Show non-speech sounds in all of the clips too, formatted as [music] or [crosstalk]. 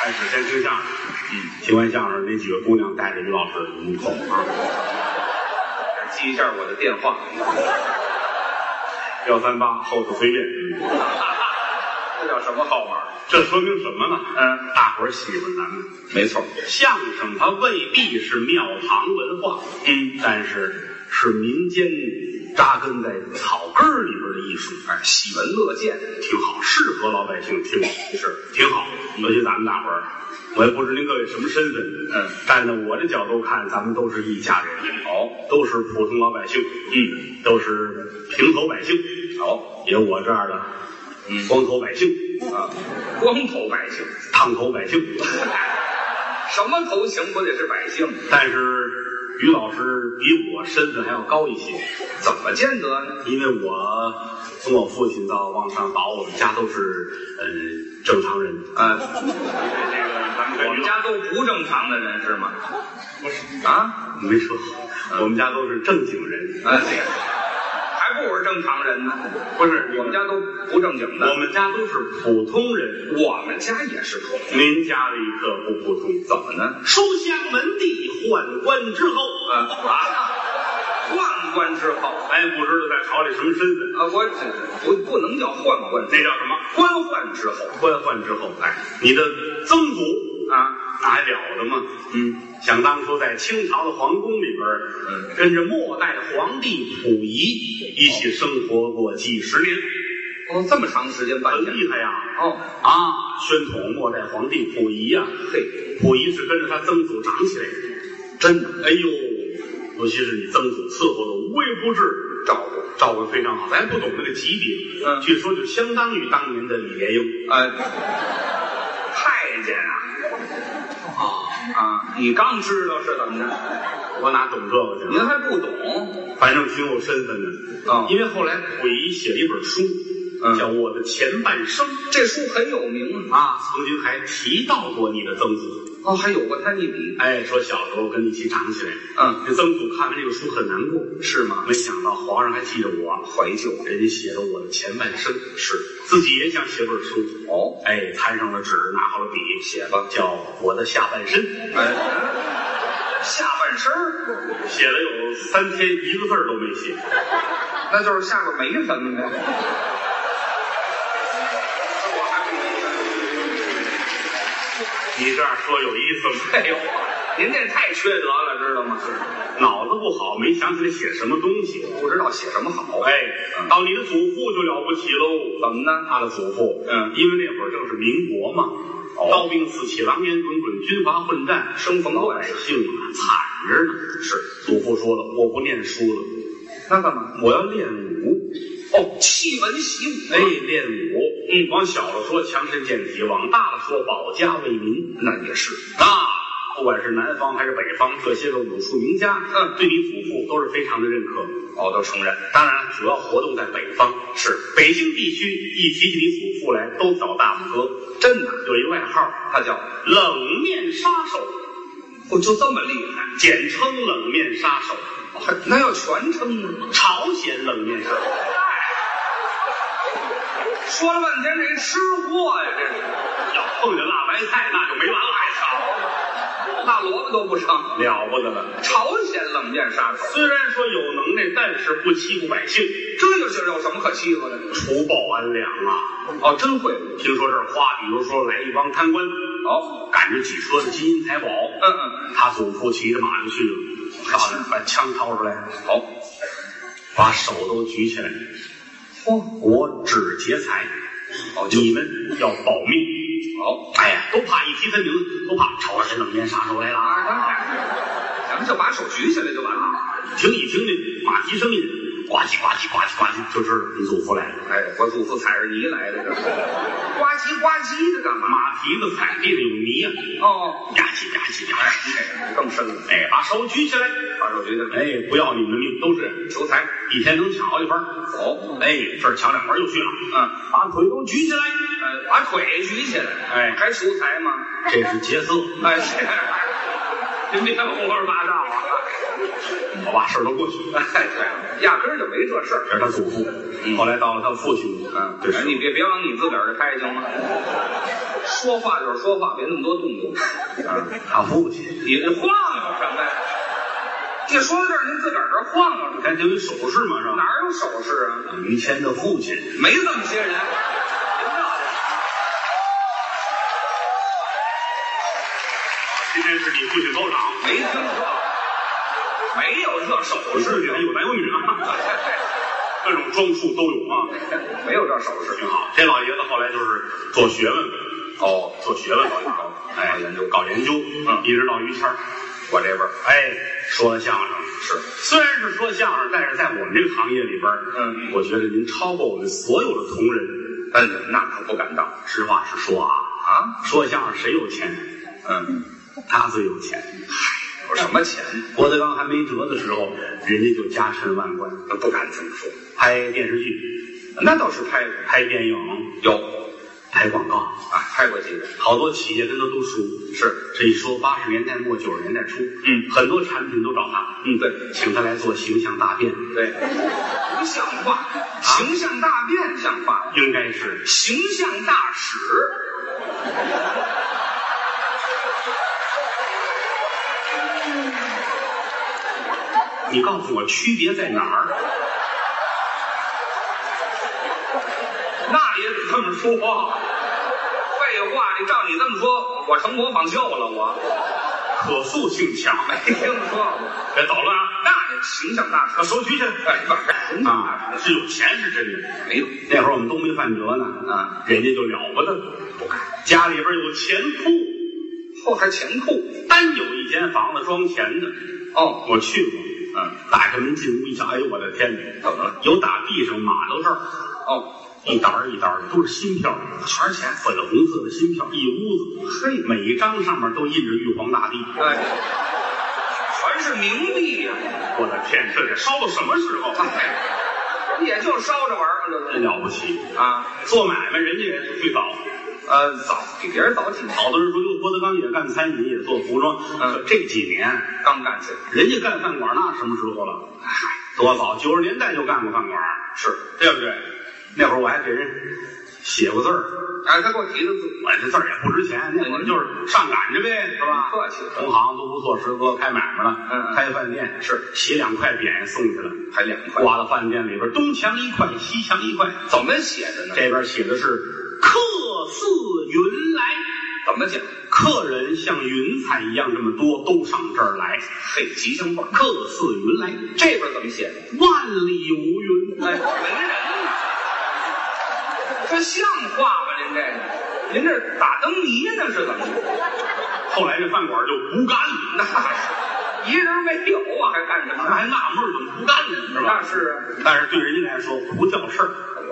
开始先听相声，嗯，听完相声，那几个姑娘带着于老师门口啊，记一下我的电话，幺三八后头随便。嗯这叫什么号码？这说明什么呢？呃，大伙儿喜欢咱们没错，相声，它未必是庙堂文化，嗯，但是是民间扎根在草根儿里边的艺术，哎，喜闻乐见。挺好，适合老百姓听，是挺好。尤其咱们大伙儿，我也不知您各位什么身份，嗯，站在我的角度看，咱们都是一家人，好，都是普通老百姓，嗯，都是平头百姓，好有我这样的嗯光头百姓、啊，光头百姓，烫头百姓，什么头型不得是百姓？但是于老师比我身份还要高一些，怎么见得呢？因为我从我父亲到往上倒，我们家都是呃正常人。啊，这个咱们我们家都不正常的人是吗？不是啊，没说，我们家都是正经人。哎，对还不如是正常人呢。不是我们家都不正经我的，们家都是普通人，我们家也是普通您家里可不普通。怎么呢？书香门第，宦官之后，啊 [laughs] 啊，宦官之后啊，咱也哎不知道在朝里什么身份，我不不能叫宦官之那后，叫什么官宦之后官宦之后。哎，你的曾祖啊，那还了得吗？嗯，想当初在清朝的皇宫里边，嗯，跟着末代皇帝溥仪一起生活过几十年，哦，这么长时间办很下来厉害呀！哦，啊，宣统末代皇帝溥仪呀、嘿，溥仪是跟着他曾祖长起来的，真的。哎呦，尤其是你曾祖伺候的无微不至，照顾照顾得非常好。咱也不懂那个级别，嗯据说就相当于当年的李莲英啊，太监啊啊。啊，你刚知道是怎么着？我哪懂这个去您了？还不懂反正挺有身份的啊因为后来溥仪写了一本书，嗯叫《我的前半生》这书很有名啊，啊，曾经还提到过你的曾祖，哦，还有过他一笔，哎，说小时候跟你一起长起来。嗯，这曾祖看完这个书很难过，是吗？没想到皇上还记得我，怀旧人家写了我的前半生，是自己也想写本书，哦，哎，摊上了纸，拿好了笔，写吧，叫我的下半身，哎，下半身儿，写了有三天，一个字儿都没写，那就是下边没什么呗。我还不明你这样说有意思吗？白哎呦，您这太缺德了，知道吗？脑子不好，没想起来写什么东西，不知道写什么好，哎，嗯到你的祖父就了不起喽。怎么呢？他的祖父，嗯因为那会儿正是民国嘛，哦刀兵四起，狼烟滚滚，军阀混战，生逢老乱百世，姓啊惨着呢。是，祖父说了，我不念书了，那干嘛？我要练武。哦，弃文习武，哎，，练武，嗯，往小了说强身健体，往大了说保家卫民那也是，啊。不管是南方还是北方，这些个武术名家，嗯对你祖父都是非常的认可。哦，都承认，当然，主要活动在北方，是北京地区。一提起你祖父来，都找大拇哥。真的，有一外号，他叫，冷面杀手，哦，就这么厉害，简称冷面杀手，还那要全称呢？朝鲜冷面杀手。说了半天这吃货呀，这是，要碰见辣白菜，那就没完了，还大萝卜都不成，少了不得了。朝鲜冷面杀手，虽然说有能耐，但是不欺负百姓，这就是有什么可欺负的？除暴安良啊。哦，真会，听说这儿夸，比如说来一帮贪官，哦，赶着几车的金银财宝，嗯嗯，他祖父骑着马就去了，到那儿把枪掏出来，好，把手都举起来，嚯，我只劫财，哦，就你们要保命。好，哎呀，都怕一提他名字，都怕朝鲜冷面杀手来了啊，啊！那咱们就把手举起来就完了。听一听这马蹄声音，呱唧呱唧呱唧呱唧，就知道你祖父来了。哎，我祖父踩着泥来的，这是呱唧呱唧的干嘛？马蹄子踩地上有泥呀，哦，吧唧吧唧吧唧。哎更深了，哎，把手举起来，把手举起来，哎，不要你们的命，都是求财，一天能巧一番。走，哎，这儿抢两盘又去了，嗯。把腿都举起来。呃，把腿举起来，哎还求财吗？这是劫色，哎， [laughs] 是，您别胡说八道啊！好吧，事儿都过去了。哎，对，压根儿就没这事儿。这是他祖父，后来到了他父亲，嗯，这嗯啊哎是你别别往你自个儿这拍行吗？说话就是说话，别那么多动作。啊，他父亲，你这晃悠什么呀？一说到这儿，您自个儿这晃悠你看就有手势嘛，是吧？着，哪有手势啊？于谦的父亲，没这么些人。您闹的今天是你父亲高长，没听说，没有这手我势，是有有男有女啊，各种装束都有啊， [laughs] 没有这手势。挺好。这老爷子后来就是做学问，哦，做学问老爷子，哎，研究搞研究，嗯，一直到于谦儿，我这边儿哎，说相声。是虽然是说相声，但是在我们这个行业里边，嗯，我觉得您超过我们所有的同仁。嗯，那可不敢当实话实说啊，啊。说相声谁有钱？嗯，他最有钱。有什么钱？郭德纲还没辙的时候，人家就家产万贯，不敢这么说。拍电视剧、那倒是拍过，拍电影、有拍广告，啊，拍过几个。好多企业跟他都熟。是，这一说，八十年代末九十年代初，嗯很多产品都找他，嗯，对请他来做形象大变，对，不像话，形象大变像话吗，应该是形象大使。你告诉我区别在哪儿？那也得这么说。废话，你照你这么说，我成模仿秀了，我可塑性强，没听说过。别捣乱啊！那这形象大使，把手举起来。哎，不是形象大啊，是有钱是真的。使没有，那会儿我们都没饭辙呢，啊，人家就了不得了，不敢。家里边有钱铺，后还钱库。单有一间房子装钱的，哦，我去过。啊嗯，打开门进屋一瞧，哎呦我的天哪！怎么了？有打地上码到这儿，哦，一沓儿一沓儿的都是新票，全是钱，粉红色的新票，一屋子，嘿，每一张上面都印着玉皇大帝。哎，全是冥币呀、我的天，这得烧到什么时候？啊哎， [laughs] 也就烧着玩儿嘛，这真了不起！个啊，做买卖人家也是最早，呃，早比别人早几年，好多人说，哟，郭德纲也干餐饮，也做服装，嗯可这几年刚干起来人家干饭馆那什么时候了？嗨，多早！九十年代就干过饭馆，是，对不对？那会儿我还给人写过字儿，哎，他给我提的字，我这字儿也不值钱，那会儿就是上赶着呗，是吧？客气同行都不错，师哥开买卖了，嗯嗯开饭店是写两块匾送去了，还两块，挂到饭店里边，东墙一块，西墙一块，怎么写的呢？这边写的是“客似云来”。怎么讲？客人像云彩一样这么多，都上这儿来，嘿，吉祥话。客似云来，这边怎么写的？万里无云。哎，文人呐，这像话吗？您这个，您这打灯谜呢是怎么着？后来这饭馆就不干了，那是一人没有啊，还干什那么？还纳闷儿怎么不干呢，是那吧？是啊，但是对人家来说不叫事儿，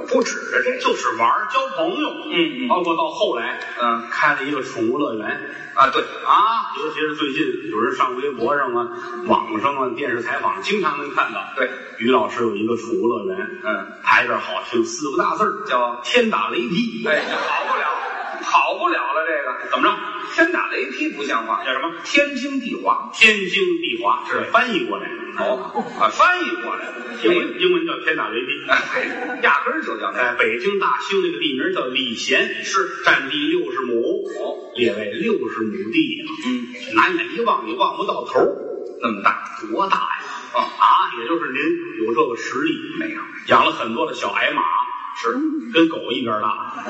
不止啊这，就是玩儿交朋友。嗯嗯包括到后来，嗯开了一个宠物乐园啊对，啊，尤其是最近有人上微博上啊、网上啊、电视采访，经常能看到。对，于老师有一个宠物乐园，嗯，牌边好听，四个大字儿叫天打雷劈。哎， [laughs] 这好不了，好不了了这个。怎么着？天打雷劈不像话，叫什么？天经地化。天经地华，这是翻译过来的。哦，啊，翻译过来了，英文英文叫天打雷劈。哎，压根儿就叫那在北京大兴那个地名叫礼贤，是占地六十亩，哦，列为六十亩地呀、嗯，拿眼一望，你望不到头儿，那么大多大呀？啊啊，也就是您有这个实力，没有？养了很多的小矮马，是，跟狗一边大，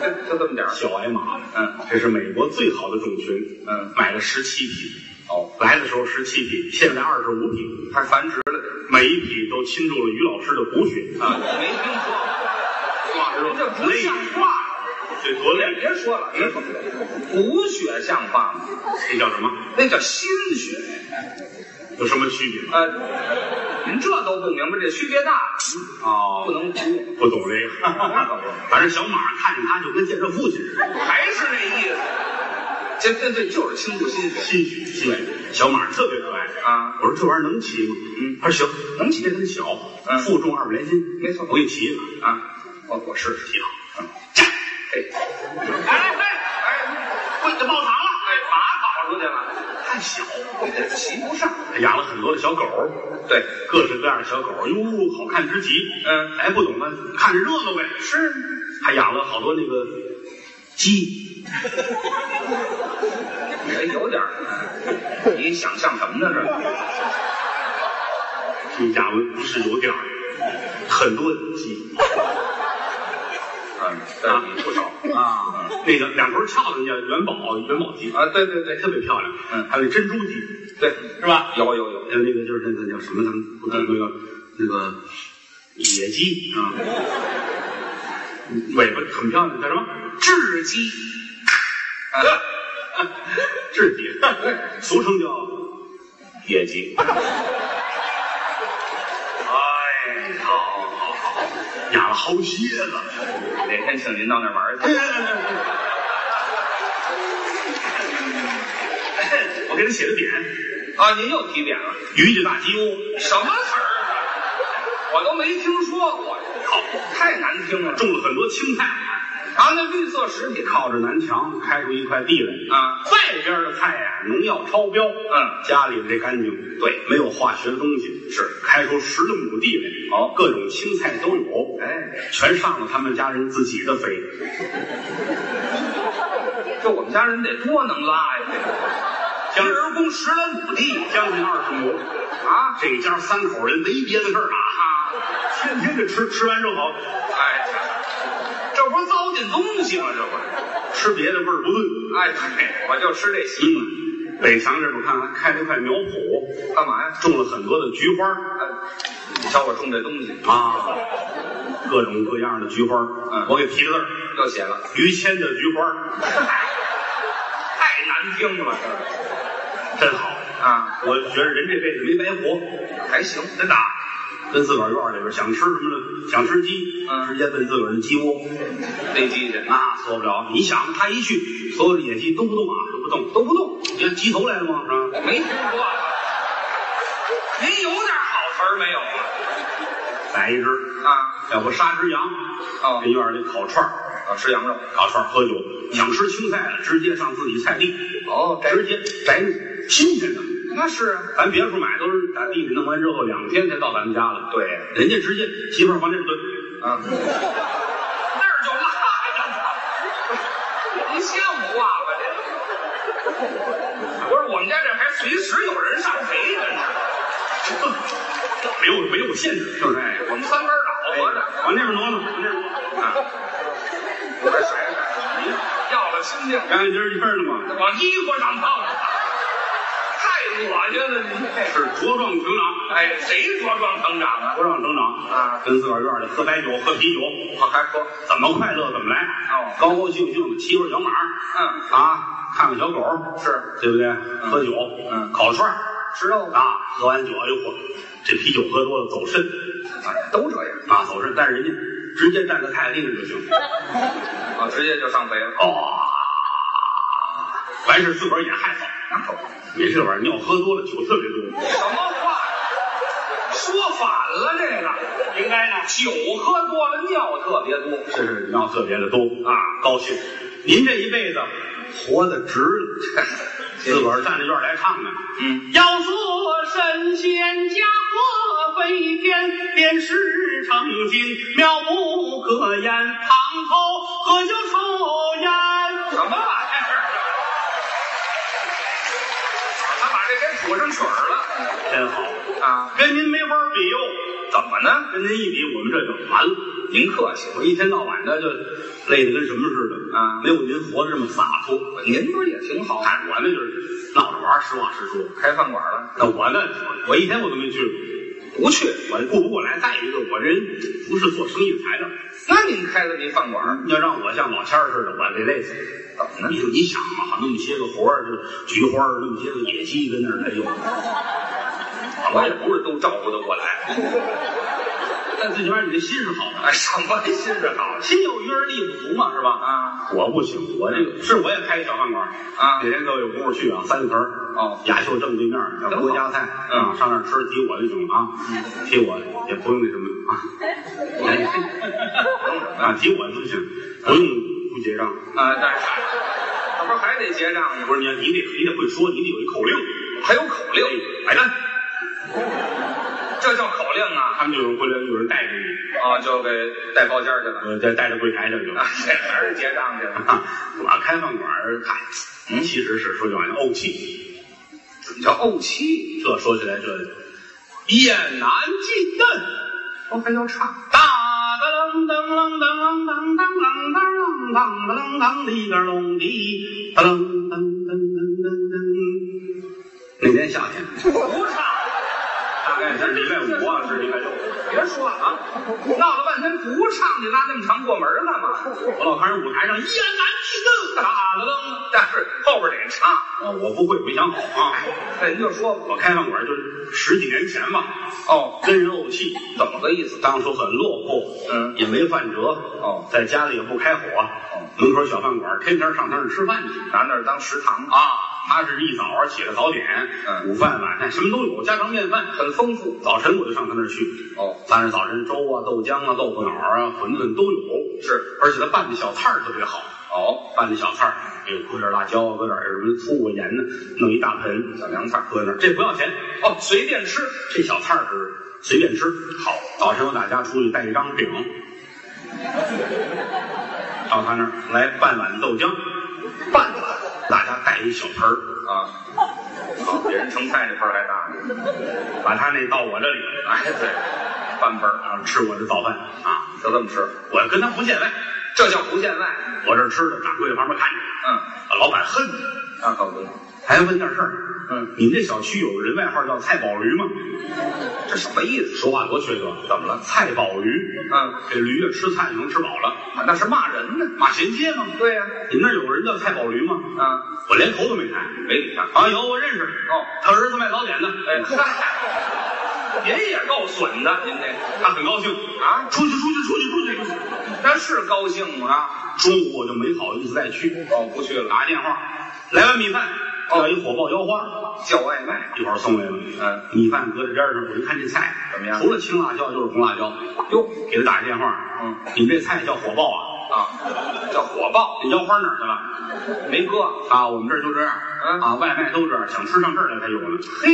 就就这么点儿。小矮马。嗯这是美国最好的种群，嗯，买了十七匹，哦，来的时候十七匹，现在二十五匹，还繁殖了点每一匹都倾注了于老师的骨血。啊，没听说过，这不像话。这多啊别累，别说了，别说了，骨血像话吗？这叫什么？那叫心血。有什么区别吗？呃，您这都不明白，这区别大，不哦，能哭。不懂这个。那 [laughs] 可不。反正小马看见他就跟见着父亲似的，还是那意思，这这这就是倾注心血，心虚心虚。小马特别可爱啊！我说这玩意儿能骑吗？嗯，他说行，能骑，但很小，嗯负重二百来斤，没错我给你骑一个，啊！我我试试，骑好。嘿，哎哎滚就爆糖了，哎，马跑出去了，太小，这骑不上。养了很多的小狗，对，各式各样的小狗，哟，好看之极。嗯哎，不懂呢，看着热闹呗。是还养了好多那个鸡，你这有点儿，你想象什么呢？这听贾文不是有点儿，很多 [laughs] 鸡嗯，但是你不少啊，那个两头翘的叫元宝元宝鸡，啊，对对哎，对特别漂亮。嗯还有那珍珠鸡对，是吧？有有有，还有那个就是那个叫什么咱们不那个那个野鸡啊，尾巴很漂亮，叫什么？雉鸡，啊雉鸡，俗称叫野鸡。哎，好好好，养了好些了。哪天请您到那儿玩去。我给他写的点，啊，您又提点了，渔具大鸡窝，什么词儿啊？我都没听说过，靠，太难听了。种了很多青菜，啊，那绿色食品靠着南墙开出一块地来。啊，外边的菜呀、农药超标，嗯，家里这干净，对没有化学的东西，是开出十六亩地来，好各种青菜都有，哎，全上了他们家人自己的肥，这我们家人得多能拉呀！这将个一人工十来亩地将近二十亩。啊这家三口人没别的事儿啊，啊！天天就吃，吃完正好，哎，这不是糟践东西吗？这不是？吃别的味儿不对。哎，对，我就吃这些，嗯，北墙这边看看开了一块苗圃，干嘛呀？种了很多的菊花哎，你瞧我种这东西，啊，各种各样的菊花。嗯我给提个字儿，又写了，于谦的菊花太难听了，这真好，啊， [laughs] 我觉得人这辈子没白活，还行，真的啊。跟自个儿院里边想吃什么呢？想吃鸡，嗯直接奔自个儿的鸡窝，那鸡去那错不了。你想，他一去，所有的野鸡都不动啊，都不动，都不动。你看鸡头来了吗？是吧？我没听说。啊您有点好词儿没有啊？宰一只，啊，要不杀只羊，哦跟院里烤串儿，啊，吃羊肉。烤串儿喝酒，想吃青菜了，直接上自己菜地，哦，直接摘新鲜的。那是啊。咱别处买都是打地里弄完之后两天才到咱们家了，对，人家直接媳妇儿往这儿蹲，啊，那儿就拉着呢，你像话吗？这不是我们家这还随时有人上谁呢？ [laughs] 没有没有限制，是不是？哎我们三根老婆着，往那边挪挪，往那边挪。我这甩着甩，嗯要了亲家干干净净的嘛，往衣服上蹭，太恶心了！你是茁壮成长，哎，谁茁壮成长啊？茁壮成长啊跟自个儿院里喝白酒、喝啤酒，我还说，怎么快乐怎么来，哦高高兴兴的骑会儿小马，嗯，啊，看看小狗，是对不对？喝酒，嗯烤串儿吃肉啊，啊，喝完酒，哎呦嚯，这啤酒喝多了走肾都这样啊，走肾，但是人家直接站在菜地上就行，啊，直接就上肥了。哦，完事儿自个儿也害臊。拿走。没这玩意儿，尿喝多了，酒特别多，什么话？说反了，这个应该呢。酒喝多了，尿特别多。是是，尿特别的多啊，高兴。您这一辈子活得值了，自个儿站在院儿来唱呢。嗯，要做神仙驾鹤飞天，炼石成金，妙不可言。堂头喝酒抽烟，什么玩意儿？他把这给谱上曲儿真好，了啊？跟您没法比哟。怎么呢？跟您一比，我们这就完了。您客气，我一天到晚的就累得跟什么似的啊没有您活得这么洒脱。您不是也挺好？看我那就是闹着玩儿，实话实说。开饭馆了？那我呢，我一天我都没去不去？过，我顾不过来。再一个，我这人不是做生意的材料，那您开了一饭馆儿，你要让我像老谦儿似的，我得累死。怎么呢？你你想啊，那么些个活儿，这菊花儿，那么些个野鸡跟那儿，哎呦，我也不是都照顾得过来。但最起码你这心是好的，哎，什么心是好心有余而力不足嘛，是吧？啊？我不行，我这个是我也开一小饭馆儿啊哪天各位有功夫去啊，三盆儿哦雅秀正对面儿叫郭家菜嗯啊，上那儿吃提我就行了啊，提我也不用那什么啊。弄什么啊，提我就行，不用不结账。啊？但是，那不是还得结账呢？不是你，哎你得你得会说，你得有一口令。还有口令，买单，这叫口令啊！他们就有过来，有人带着你，啊，就给带包间去了，呃，带带到柜台上去啊了。，这哪儿结账去了？ [laughs] 我开饭馆儿，嗨，其实是说句玩笑，怄气。怎么叫怄气？这说起来这也难尽嫩。我还要唱。大个楞噔楞噔楞噔噔楞噔楞噔楞噔里个隆的，噔噔噔噔噔噔。那年夏天，不唱，大概是礼拜五啊，是礼拜六。别说了啊，闹了半天不唱，你拉那么长过门干嘛？我老看人舞台上一言难尽打了愣，但是后边得唱。嫩。我不会，没想好啊。人就说吧我开饭馆就是十几年前吧，哦，跟人怄气，怎么个意思？当初很落魄，嗯也没饭辙，哦在家里也不开火，哦门口小饭馆，天天上他那儿吃饭去。拿那儿当食堂啊，啊，他是一早上起来早点，嗯午饭晚饭什么都有，家常便饭。很丰富。早晨我就上他那儿去，哦，当然早晨粥啊、豆浆啊、豆腐脑啊、馄饨都有，是而且他拌的小菜儿特别好，哦，拌的小菜儿，给搁点辣椒啊，搁点什么醋啊、盐呢，弄一大盆小凉菜搁那儿，这不要钱，哦，随便吃，这小菜儿是随便吃。好，早晨我打家出去带一张饼，到他那儿来半碗豆浆，拌吧大家带一小盆儿，啊。好给人盛菜这份儿还大呢。把他那到我这里来，哎，对，半盆儿然后吃我的早饭啊。就这么吃，我跟他不见外，这叫不见外。我这儿吃的，掌柜旁边看着，嗯，把老板恨，那可不，还问件事儿，嗯，你们这小区有人外号叫菜宝驴吗？这什么意思？说话多缺德，怎么了？菜宝驴，嗯，这驴啊吃菜就能吃饱了，啊那是骂人呢。马衔接吗？对呀、你们那儿有人叫菜宝驴吗？啊，我连头都没抬。没理他。啊，有我认识哦他儿子卖早点的，哎，嗨，您也够损的，您这他很高兴啊出去出去出去出去出去。那是高兴吗？中午我就没好意思再去，哦，不去了，打电话来碗米饭，哦要一火爆腰花，叫外卖。一会儿送来了。嗯，米饭搁在边上，我一看这菜怎么样除了青辣椒就是红辣椒，哟，给他打一电话，嗯，你这菜叫火爆啊？啊，叫火爆，这腰花哪儿去了？没搁。啊，我们这儿就这样，嗯啊，外卖都这样，想吃上这儿来才有呢。嘿，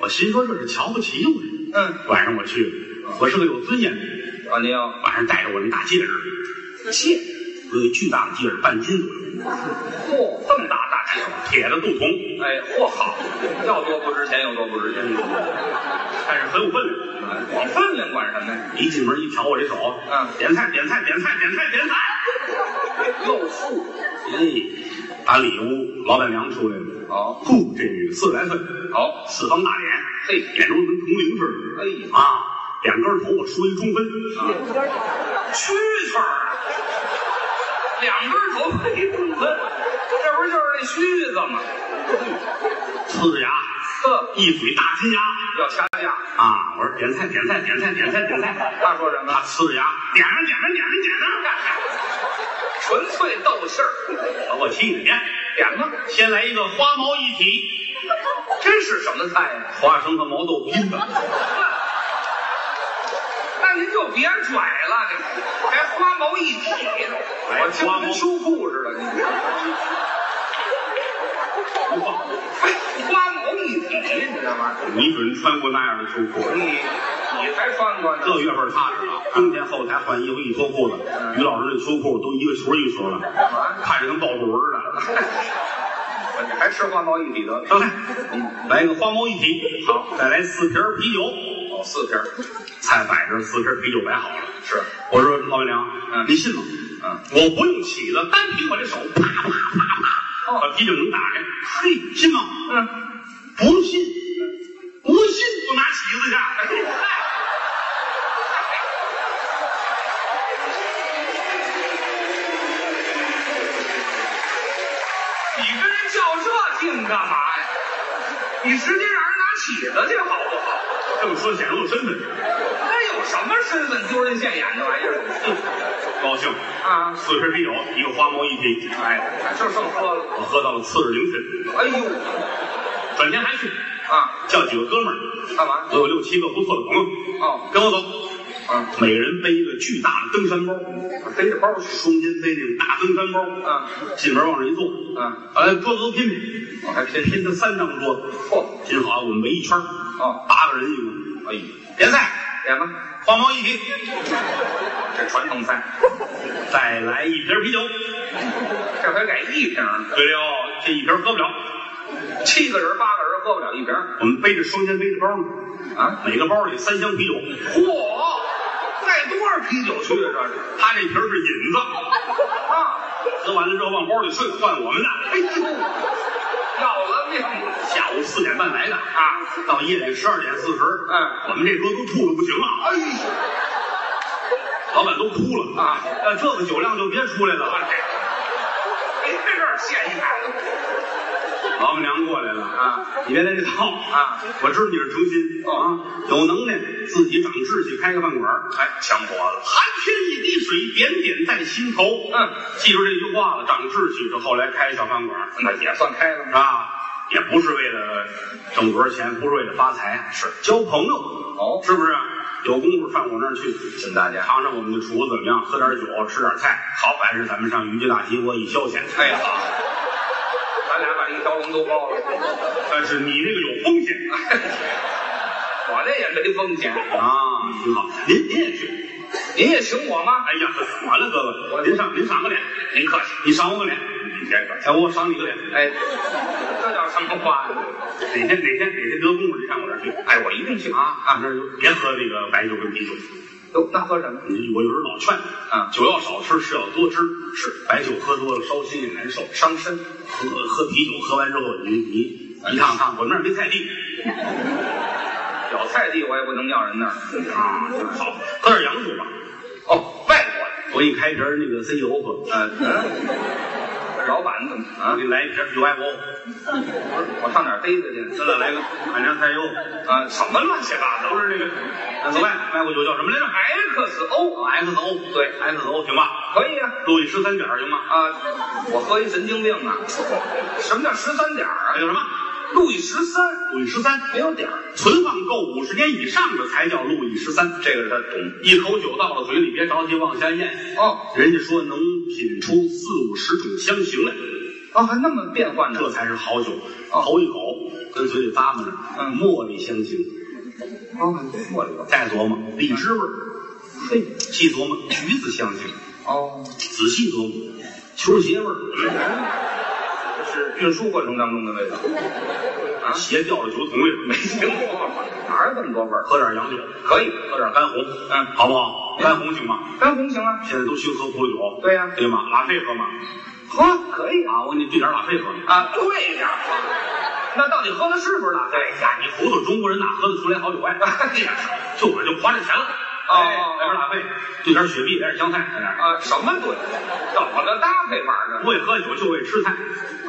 我心说这是瞧不起我，嗯，晚上我去，我是个有尊严的人。啊，您要晚上戴着我那大戒指，切，我有一巨大的戒指，半斤左右，嚯，这么大大气儿，铁的镀铜，哎，嚯好，要多不值钱有多不值钱。但是很有分量。哎光分量管什么呀？一进门一瞧我这手，嗯点菜点菜点菜点菜点菜，又富。哎，打里屋老板娘出来了，好，呼，这女四十来岁，好，四方大脸，嘿眼珠子跟铜铃似哎的，呀，啊，两根头我出一中分，啊蛐蛐儿，两根头发一公分，这不就是那须子吗？呲着牙，呵，一嘴大金牙，要掐架。啊，我说点菜点菜点菜点菜点菜，他说什么他？呲着牙，点上点上点上点上，纯粹斗气儿，把我气的，点点吧。先来一个花毛一体。这是什么菜呀、花生和毛豆拼的，那您就别拽了，这还花毛一体呢。哎我听着花毛跟修裤似的，你哎花毛一体，你知道吗？你准穿过那样的秋裤。你你才穿过呢。这月份踏实了，冬天后台换衣服一脱裤子，于老师那秋裤都一个球一个球的，干嘛？看着跟爆肚似的。我这还吃花毛一体得了？上 [laughs] 来，来个花毛一体，好，再来四瓶啤酒，哦，四瓶儿菜摆着，四瓶啤酒摆好了。是我说老板娘，嗯您信吗？嗯，我不用起子，单凭我这手，啪啪啪啪，哦把啤酒能打开。嘿，信吗？嗯。不信，不信我拿起子去。你跟人较这劲干嘛呀？你直接让人拿起子去好不好？这么说显露身份，那有什么身份丢人现眼的玩意儿嗯高兴。啊？四瓶啤酒，一个花毛一体，哎，就剩喝了。我喝到了次日凌晨。哎呦，转天还去，啊，叫几个哥们儿，干嘛？我有六七个不错的朋友，哦，跟我走。啊每人背一个巨大的登山包，背着包去双肩背那种大登山包，啊进门往这一坐，啊，哎，桌子都拼拼，我还真是，拼了三张桌子，嚯，拼好啊我们围一圈儿，哦八个人一屋，哎呀，联赛点吧，黄毛一体，这传统菜，再来一瓶啤酒，这回改一瓶了，对了，这一瓶喝不了，七个人八个人喝不了一瓶我们背着双肩背着包呢，啊，每个包里三箱啤酒，嚯，带多少啤酒去啊这是？他这瓶是引子，啊，喝完了之后往包里睡，换我们的。哎呦，要了命了，下午四点半来的啊，到夜里十二点四十，嗯我们这桌都吐的不行了，哎呀，老板都哭了啊要这个酒量就别出来 [laughs] 哦了。没在这儿现眼老板娘过来了啊，你别来这套啊，我知道你是诚心哦啊，有能耐自己长志气，开个饭馆儿，哎，呛脖子，寒天一滴水，点点在心头。嗯，记住这句话了，长志气。这后来开小饭馆儿那也算开了是吧？也不是为了挣多少钱，不是为了发财，是交朋友。哦是不是？有功夫上我那儿去，请大家尝尝我们的厨子怎么样，喝点酒，吃点菜。好，晚上咱们上渔具大集窝一消遣。哎呀，咱俩把一条龙都包了。但是你这个有风险我这也没风险，啊，挺好。您您也去？您也请我吗？哎呀，完了，哥哥，您上您赏个脸，您客气，你赏我个脸，你这个，哎，我赏你个脸。哎，这叫什么话呢？哪天哪天哪天得功夫，您上我这儿去哎，我一定去啊啊！那就别喝这个白酒跟啤酒，哟，那喝什么？你我有时候老劝啊酒要少吃，吃要多吃。是白酒喝多了烧心也难受，伤身。喝喝啤酒喝完之后，你你一趟趟，我那儿没菜地有菜地我也不能要人那儿。啊，就是少喝点洋酒吧。哦，外国的。我给你开一瓶那个 C 油喝，呃嗯，这老板怎么我啊给？你来一瓶九爱国，我上哪儿逮他去？咱俩来个满江菜油，啊，什么乱七八糟？都是那个那个外外国酒叫什么来着哎 XO ？XO 对 XO 行吧？可以啊。路易十三点儿行吗？啊，我喝一神经病啊！什么叫十三点儿还啊？有什么？路易十三路易十三哎没有点儿，存放够五十年以上的才叫路易十三。这个他懂。一口酒到了嘴里，别着急往下咽。哦人家说能品出四五十种香型来，哦，还那么变换呢？这才是好酒。哦头一口跟嘴里咂巴着，嗯茉莉香型，哦，我这个再琢磨荔枝味儿，嘿，细琢磨橘子香型，哦，仔细琢磨球鞋味儿，这是运输过程当中的味道，啊鞋掉到酒桶里没了。听说过， [laughs] 哪儿这么多味儿？喝点洋酒，可以，喝点干红，嗯好不好？干红行吗？干红行啊，现在都兴喝葡萄酒，对呀对吗？拉菲喝吗？喝可以啊啊，我给你兑点拉菲喝。啊，对呀，那到底喝的是不是大哎呀，你糊涂中国人哪喝得出来好酒呀？哎呀，就我就花这钱了。哦哎来瓶拉菲，兑点雪碧，来点香菜，来点。啊？什么对？怎么个搭配法不呢？会喝酒就会吃菜，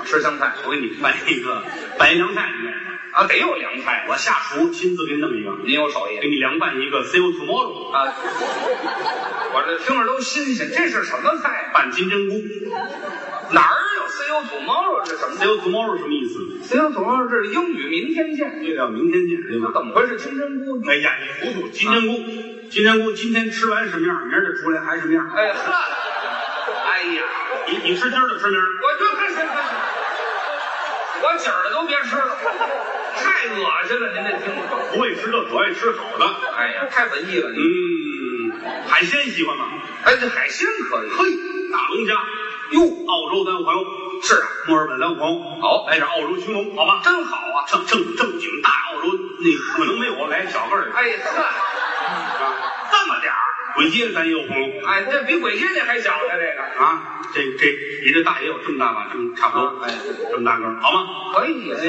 吃香菜我给你拌一个白凉菜，你来。啊，得有凉菜。我下厨亲自给你弄一个，您有手艺给你凉拌一个 C O tomorrow，啊？我这听着都新鲜，这是什么菜？啊拌金针菇。哪儿有 C O tomorrow 是什么 C O tomorrow 什么意思？ ？C O tomorrow 这是英语，明天见。月亮明天见，对这吗？怎么回事？金针菇？哎呀，你糊涂，金针菇，金针菇今天吃完什么样，明儿再出来还什么样。哎呵，哎呀，你你吃今儿就吃明儿。我就看看我今儿都别吃了，太恶心了，您这听着。不会吃这，我爱吃好的。哎呀，太文艺了，您。嗯，海鲜喜欢吗？哎，这海鲜可以。嘿，大龙虾，哟，澳洲咱有朋友，是啊，墨尔本咱有朋友，好来点澳洲青龙，好吧？真好啊。正正正经大澳洲，那个不能没有，来小个儿的哎呵，啊。这么点儿，鬼街咱也有朋友哎，这比鬼街那还小呢，这个啊，这这比这大也有这么大吧，这么差不多，啊哎这么大个儿，好吗？可以哎，呀。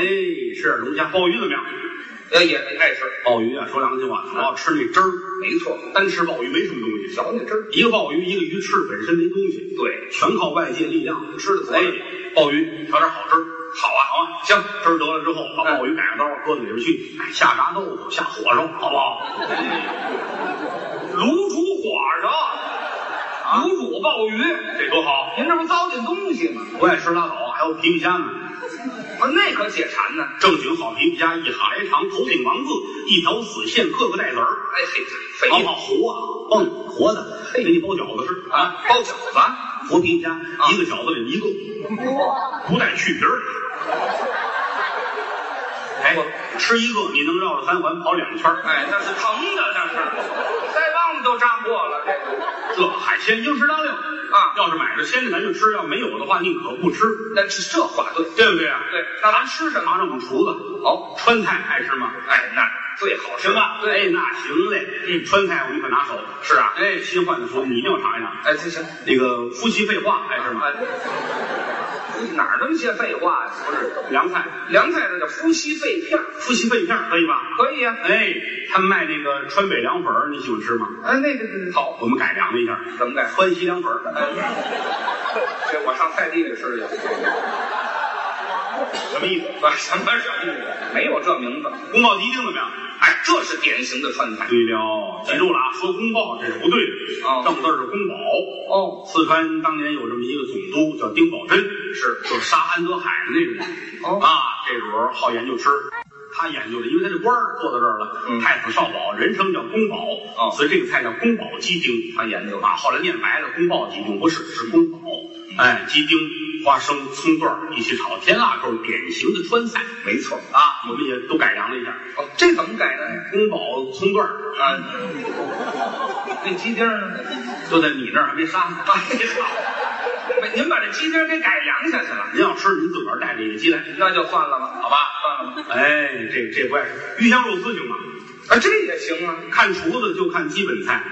吃点龙虾，鲍鱼怎么样？哎，也爱吃，鲍鱼啊，说良心话，主要吃那汁儿，没错，单吃鲍鱼没什么东西。小那汁儿。一个鲍鱼，一个鱼翅本身没东西，对，全靠外界力量吃的哎哎，，鲍鱼调点好汁儿，好啊，好啊，行，汁儿得了之后，把嗯鲍鱼改个刀，搁里边去，哎下炸豆腐，下火烧，好不好？卤煮火烧，卤煮鲍鱼，这多好！您这不糟践东西吗？不爱吃拉倒，还有皮皮虾呢，我那可解馋呢。正经好皮皮虾，一哈来长，头顶王字，一条死线，个个带籽儿，哎嘿，肥往好糊啊，蹦活的，嘿跟一包饺子似的啊，包饺子啊，活皮皮虾，一个饺子里一个，不带去皮儿。哎，吃一个你能绕着三环跑两圈儿，哎，那是疼的，那是腮帮子都扎破了，这个这海鲜应吃当量啊要是买着鲜的咱就吃，要没有的话宁可不吃，那这这话对。对不对啊？对那咱吃什么？按照我们厨子，好，川菜爱吃吗？哎，那最好吃行吧，对，哎，那行嘞，嗯川菜我们可拿手。是啊，哎，新换的厨子你一定要尝一尝。哎，行行，那个夫妻废话爱吃吗？哎，哪儿那么些废话呀？不是，凉菜，凉菜这叫夫妻肺片儿，夫妻肺片儿可以吧？可以呀、哎，他们卖那个川北凉粉儿，你喜欢吃吗？哎，那个那个好，我们改良了一下，怎么改川西凉粉儿。哎，这我上菜地里吃去。什么意思？啊，什么什么？没有这名字。宫保鸡丁怎么样？哎，这是典型的川菜。对了，记住了啊，说宫保这是不对的，哦正字儿是宫保。哦四川当年有这么一个总督叫丁宝桢，是就是杀安德海的那个人。哦啊，这主儿好研究吃，他研究的，因为他这官儿坐到这儿了，嗯太子少保，人称叫宫保，哦所以这个菜叫宫保鸡丁。他研究啊，后来念白了，宫保鸡丁不是，是宫保。嗯哎，鸡丁、花生、葱段儿一起炒，甜辣口儿，典型的川菜没错。啊。我们也都改良了一下，哦，这怎么改的呀？宫保葱段儿啊，那鸡丁儿呢？就在你那儿还没 [laughs] 杀呢。 [laughs] 哎呀，您把这鸡丁儿给改良下去了，您要吃，您自个儿带着一鸡来，那就换了吧，啊好吧？换了吧。哎，这这不碍事。鱼香肉丝行吗？啊，这也行啊。看厨子就看基本菜。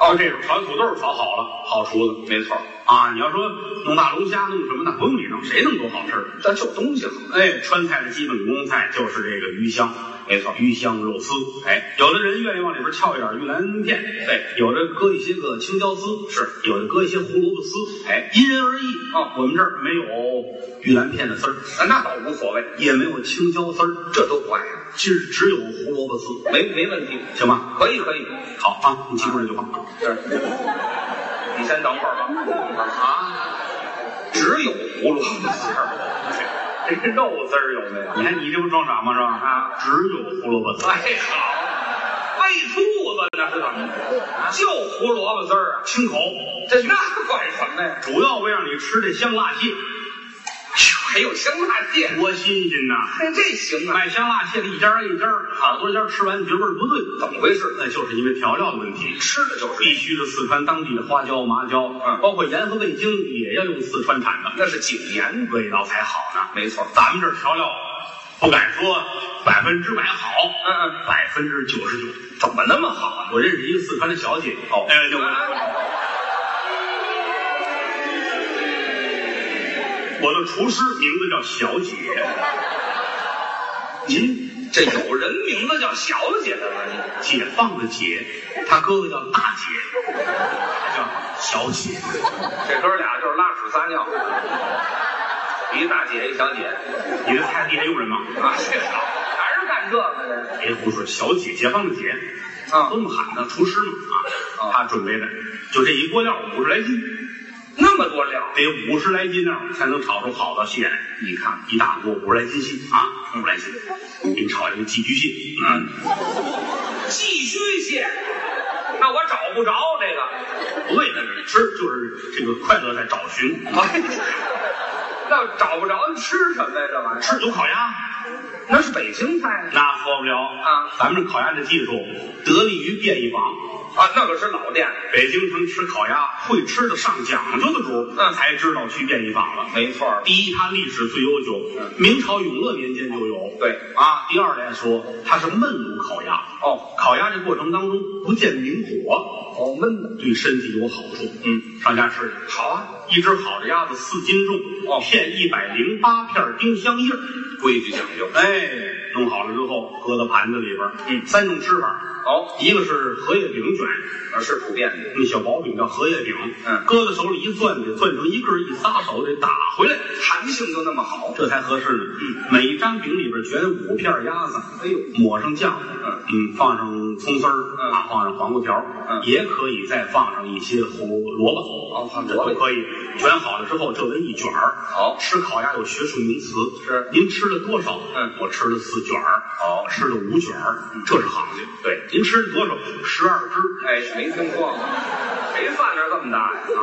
哦这种炒土豆炒好了，好厨子没错，啊。你要说弄大龙虾，弄什么那不用你弄，谁弄都好吃。咱就东西好。哎，川菜的基本功菜就是这个鱼香，没错，鱼香肉丝。哎，有的人愿意往里边翘一点玉兰片，哎对，有的搁一些个青椒丝，是，有的搁一些胡萝卜丝，哎，因人而异。哦我们这儿没有玉兰片的丝儿，啊，那倒无所谓，也没有青椒丝儿，这都不碍，其实只有胡萝卜丝，没没问题。行吧？可以可以，好啊，你记住这句话是。你先等会儿吧。啊。只有胡萝卜丝儿，这是肉丝儿有没有？你看你这不装傻吗？是吧？啊只有胡萝卜丝。哎好，喂兔子那是怎么的？就胡萝卜丝儿啊，清口，这那管什么呀？主要为让你吃这香辣蟹，还有香辣蟹，多新鲜呐！嘿，这行啊？卖香辣蟹的一家一家，好多家吃完觉味儿不对，怎么回事？那就是因为调料的问题。吃的就是，必须是四川当地的花椒、麻椒，嗯包括盐和味精也要用四川产的，那是井盐，味道才好呢。没错。咱们这调料不敢说百分之百好，嗯嗯，百分之九十九。怎么那么好啊？我认识一个四川的小姐，哦哎，对我我的厨师名字叫小姐，您这有人名字叫小姐的吗？解放的解，她哥哥叫大姐，她叫小姐。这哥俩就是拉屎撒尿，一大姐一小姐你的菜地还用人吗？啊，这好，啊还是干这个的。别胡说，小姐，解放的解，啊都这么喊的，厨师嘛啊啊，他准备的就这一锅料五十来斤，那么多料，得五十来斤料才能炒出好的蟹来。你看，一大锅五十来斤蟹啊，五十来斤，给你炒一个寄居蟹，嗯。寄居蟹，那我找不着这个。不为在这里吃，就是这个快乐在找寻。哎， [laughs] 那找不着吃什么呀？这玩意儿，吃有烤鸭，那是北京菜啊，那错不了啊！咱们这烤鸭的技术得力于便宜坊，啊那可是老店了。北京城吃烤鸭会吃的上讲究的主，嗯才知道去便宜坊了。没错儿第一，它历史最悠久，明朝永乐年间就有。对啊，第二来说，它是焖炉烤鸭。哦烤鸭这过程当中不见明火，哦，焖的，对身体有好处。嗯，上家吃去。好啊，一只好的鸭子四斤重，哦片一百零八片丁香叶儿，规矩讲究。哎，弄好了之后搁到盘子里边儿，嗯三种吃法，哦，一个是荷叶饼卷，而是普遍的。那小薄饼叫荷叶饼，嗯搁到手里一攥，得攥成一个儿，一撒手得打回来，弹性就那么好，这才合适呢。嗯，每一张饼里边卷五片鸭子，哎呦抹上酱，嗯嗯，放上葱丝儿，嗯啊，放上黄瓜条儿，嗯也可以再放上一些胡萝卜，哦他们这多都了可以。卷好了之后，这为一卷儿。好吃烤鸭有学术名词，是您吃了多少？嗯我吃了四卷儿。好嗯吃了五卷儿，这是行家。对您吃了多少？十二只哎，没听说过，谁饭量这么大呀？啊，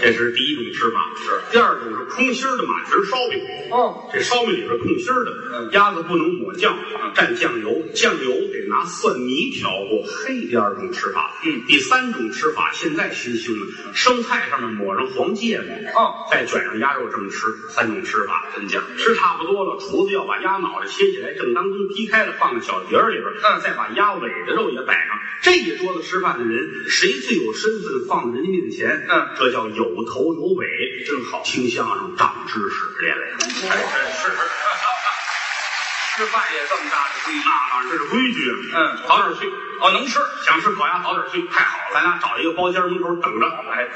这是第一种吃法。是第二种是空心儿的马蹄儿烧饼。哦，这烧饼里边空心儿的嗯，鸭子不能抹酱，啊蘸酱油，酱油得拿蒜泥调过。嘿，第二种吃法，嗯第三种吃法现在新兴的，生菜上面抹上黄芥末，哦，再卷上鸭肉这么吃，三种吃法，真假？吃差不多了，厨子要把鸭脑袋切起来，正当中劈开了，放到小碟儿里边，嗯再把鸭尾的肉也摆上。这一桌子吃饭的人，谁最有身份，放在人家面前，嗯这叫有头有尾，真好。听相声长知识来了呀。还真是， [laughs] 吃饭也这么大的规矩那当然这是规矩啊。嗯早点去，哦，能吃，想吃烤鸭早点去，太好了，咱俩找一个包间门口等着。哎，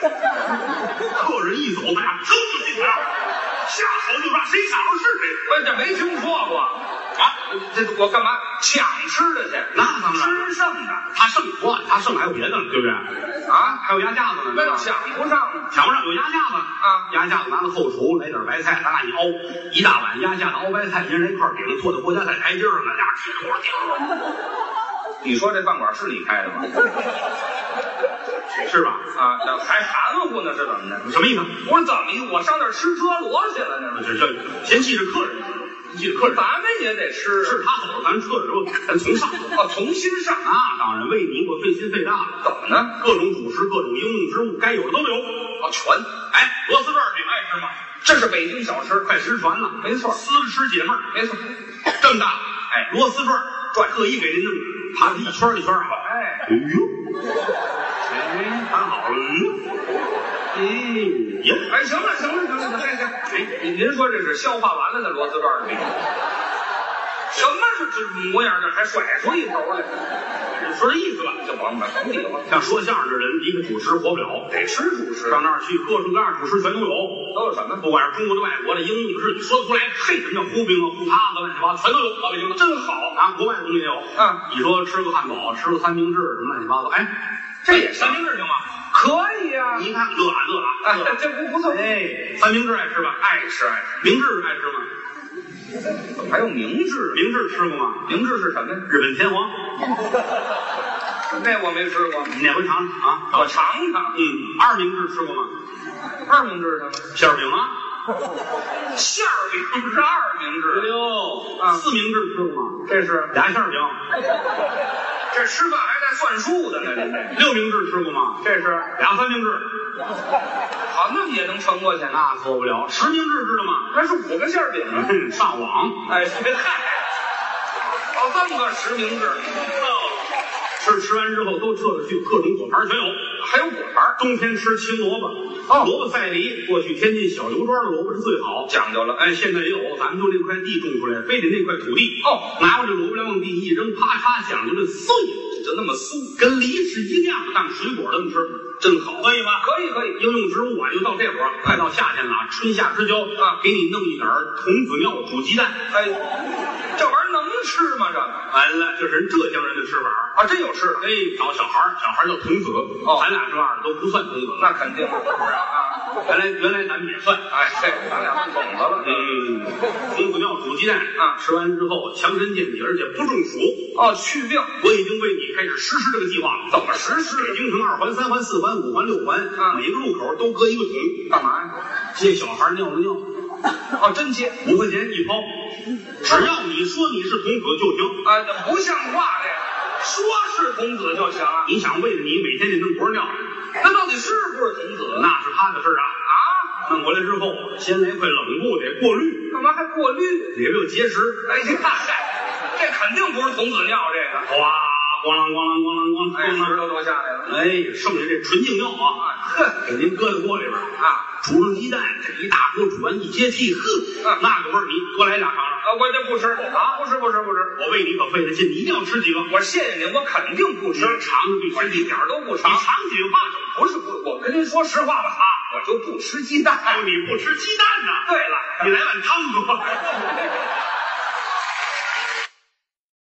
客人一走，咱俩噌就进来了，下手就抓，谁下手是谁。我这没听说过啊！这我干嘛抢吃的去？那当然了吃剩的他剩不按他剩还有别的呢，对不对？啊，还有鸭架子呢，对吧那？抢不上呢。抢不上有鸭架子啊鸭架子拿到后厨来点白菜，咱俩一熬，一大碗鸭架子熬白菜，一人一块饼，坐在国家菜台阶上，咱俩吃火顶，你说这饭馆是你开的吗？是吧？啊，那还含糊呢，是怎么的？什么意思？不是怎么一，我上那儿吃折罗去了，那是。这这先记着客人，记着客人。咱们也得吃，是他走了，咱撤了之后，咱从上。哦，从心上，那当然，为你我费心费大了，怎么呢？各种主食，各种应用之物，该有的都有。哦，全，哎，螺丝转儿你们爱吃吗？这是北京小吃，快失传了，没错撕着吃解闷儿，没错。这么大，哎螺丝转儿转各一给您弄，它是一圈儿一圈儿啊。哎哎呦，哎，谈好了，嗯，嗯，耶。哎，行了行了行了，行行，哎，您您说这是消化完了的螺丝转儿吗？什么是这模样？这还甩出一头来？说这意思吧，这王八什么地方？像说相声的人，一个主食活不了，得吃主食，上那儿去，各种各样的主食全都有。都有什么？不管是中国的、外国的、英语是你说得出来，嘿，什么叫胡饼啊、胡塌子、乱七八糟，全都有。老北京的真好啊，国外的东西也有。嗯你说吃个汉堡，吃个三明治，什么乱七八糟，哎，这也三明治行吗？可以呀、你看乐啊乐啊哎乐啊，，这不不错，哎，三明治爱吃吧？爱爱吃爱吃。明治爱吃吗？还有明治，明治吃过吗？明治是什么呀？日本天皇，那我没吃过，你哪回尝尝啊？我哦尝尝。嗯，二明治吃过吗？二明治是馅什么？儿饼啊，馅儿饼是二明哎治，六啊嗯四明治吃过吗？这是俩馅儿饼，这吃饭还带算数的呢，您这六明治吃过吗？ [laughs] 这是俩三明治，好，那么也能撑过去呢？那错不了。十明治知道吗？那是五个馅儿饼啊！嗯上网，哎，嗨，哦，这么个实名制，吃吃完之后都撤了去，各种果盘全有。还有果盘儿，冬天吃青萝卜，哦萝卜赛梨，过去天津小刘庄的萝卜是最好。讲究了。哎，哎，现在也有，咱们就那块地种出来，非得那块土地哦，拿过这萝卜来往地一扔，啪嚓讲究这碎了，就那么酥，跟梨是一样，当水果这么吃，真好，可以吧？可以可以。应用植物啊，就到这会儿，快到夏天了啊，春夏之交啊给你弄一点儿童子尿煮鸡蛋，哎，这玩意儿能吃吗？这个完了，这是人浙江人的吃法儿。啊，真有吃的，哎，找小孩儿，小孩儿叫童子，哦咱俩这样的都不算童子了。那肯定是不是啊？原来原来咱们也算，哎，这咱俩懂得了。嗯，童子尿煮鸡蛋啊吃完之后强身健体，而且不中暑。哦，去病我已经为你开始实施这个计划了。怎么实施？北京城二环、三环、四环、五环、六环，啊每个路口都搁一个桶，干嘛呀？接小孩尿了尿，哦，真切五块钱一抛，只要你说你是童子就行。啊，这不像话这个，说是童子就行啊。你想为了你每天得弄多少尿？那到底是不是童子呢？那是他的事儿啊。啊，弄过来之后，先来块冷布，得过滤，干嘛还过滤？里边有结石，哎呀，嗨，这肯定不是童子尿，这个。哗，咣啷咣啷咣啷哎，咣啷石头都下来了。哎，剩下这纯净尿啊，呵给您搁在锅里边儿，啊煮上鸡蛋，这一大锅煮完一接屉，呵啊，那个味儿，你多来俩尝尝。啊！我这不吃啊，不吃不吃不吃，我为你可费了劲，你一定要吃几个，我谢谢您，我肯定不你吃，尝尝必我须一点儿都不你尝尝。几个吧，不是不，我跟您说实话吧啊，哎我就不吃鸡蛋。还有你不吃鸡蛋呢，对你了，来碗汤喝。